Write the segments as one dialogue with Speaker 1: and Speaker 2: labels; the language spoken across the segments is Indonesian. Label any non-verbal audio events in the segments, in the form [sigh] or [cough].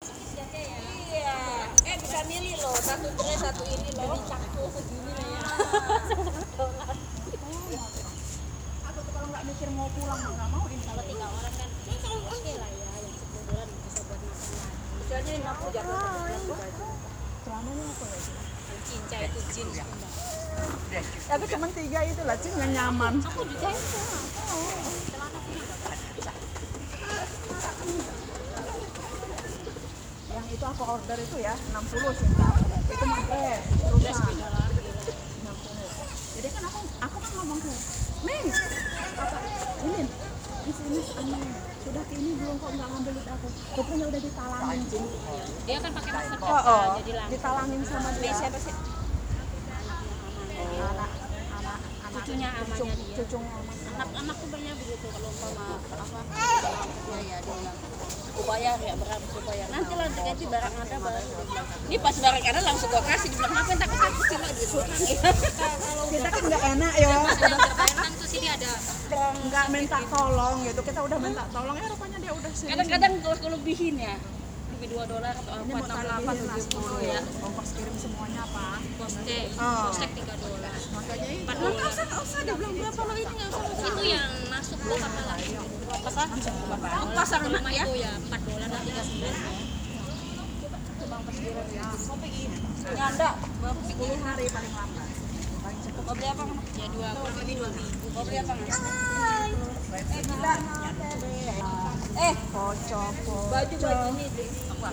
Speaker 1: Iya. Eh, satu tray satu ini loh dicangkul segini nih ya.
Speaker 2: Aku tuh kalau nggak mikir mau pulang mau nggak mau ini.
Speaker 1: Kalau tiga orang kan oke lah ya yang sebulan bisa buat makan lagi. Misalnya yang aku jago
Speaker 2: Dramanya Iya. apa ya? Iya.
Speaker 1: cinca itu jin.
Speaker 2: Tapi cuma tiga itu lah, cing nggak nyaman.
Speaker 1: Aku juga itu.
Speaker 2: Yang itu aku order itu ya 60 sih. Itu mah dress, rusak. 60. Jadi kan aku aku kan ngomong ke Ming, apa ini? Di sini aneh. Sudah ke ini belum kok nggak ngambil duit aku. Rupanya udah ditalangin, cing.
Speaker 1: Dia kan pakai masker
Speaker 2: Oh, oh.
Speaker 1: kasa jadi langsung.
Speaker 2: ditalangin sama dia.
Speaker 1: Siapa sih?
Speaker 2: Anak, anak, anak.
Speaker 1: Cucunya
Speaker 2: Cucung,
Speaker 1: amannya dia.
Speaker 2: cucung aman.
Speaker 1: Anak-anak tuh banyak begitu kalau umpama apa dia ya dia bilang upaya ya barang supaya nanti lah ganti barang ada barang dia bilang, ini pas barang ada langsung gua kasih dibilang ngapain takut takut sih lo gitu kalau
Speaker 2: Kita kan nggak enak ya.
Speaker 1: [laughs] yang terbayang tuh sini ada
Speaker 2: nggak minta tolong gitu kita udah minta tolong ya rupanya dia udah sini
Speaker 1: kadang-kadang kalau kelebihin ya lebih dua dolar atau
Speaker 2: ini mau
Speaker 1: apa
Speaker 2: taruh
Speaker 1: enam
Speaker 2: di
Speaker 1: delapan
Speaker 2: sini lah,
Speaker 1: tujuh puluh ya
Speaker 2: 10 ongkos kirim semuanya apa
Speaker 1: postek
Speaker 2: Oh.
Speaker 1: postek tiga dolar
Speaker 2: makanya ini
Speaker 1: empat
Speaker 2: nggak
Speaker 1: dolar
Speaker 2: usah nggak usah dia bilang berapa lagi nggak usah nggak usah.
Speaker 1: itu yang masuk gua kata lagi pasar pasar rumah ya itu ya empat dolar lah tiga sembilan ya nyanda berapa
Speaker 2: sepuluh hari paling lama paling cepat
Speaker 1: mau beli apa Mas? ya dua kurang lebih dua ribu mau beli apa Mas? eh
Speaker 2: kocok
Speaker 1: baju baju ini beli. Apa?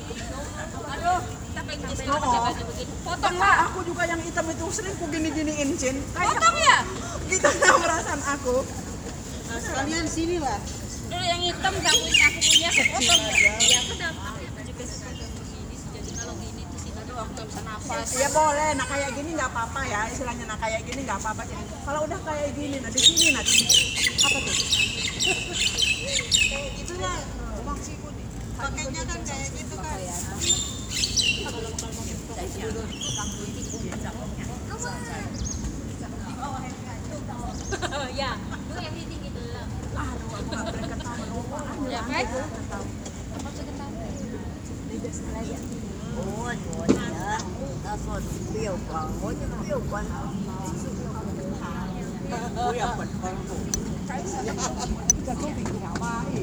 Speaker 1: aduh kita pengen jenis apa sih baju begini potong
Speaker 2: Enggak,
Speaker 1: lah
Speaker 2: aku juga yang hitam itu sering ku gini-giniin, Cin. Kayak
Speaker 1: potong ya
Speaker 2: gitu nah perasaan aku.
Speaker 3: Sekalian sini lah.
Speaker 1: dulu yang hitam kamu aku punya aku potong ya ya aku dapat ya baju besok begini sih jadi kalau gini tuh sih aduh aku nggak bisa nafas
Speaker 2: Ya boleh, nah kayak gini nggak apa-apa ya, istilahnya nah kayak gini nggak apa-apa Cin. Kalau udah kayak gini, nah di sini nah di sini. Apa tuh?
Speaker 3: Itulah gitu uang si Budi. Pakainya kan kayak gitu kan.
Speaker 1: [laughs] ya dulu yang ini gitu lah
Speaker 2: Aduh, aku nggak boleh ketawa lupa.
Speaker 1: ya kan
Speaker 2: Oh, iya.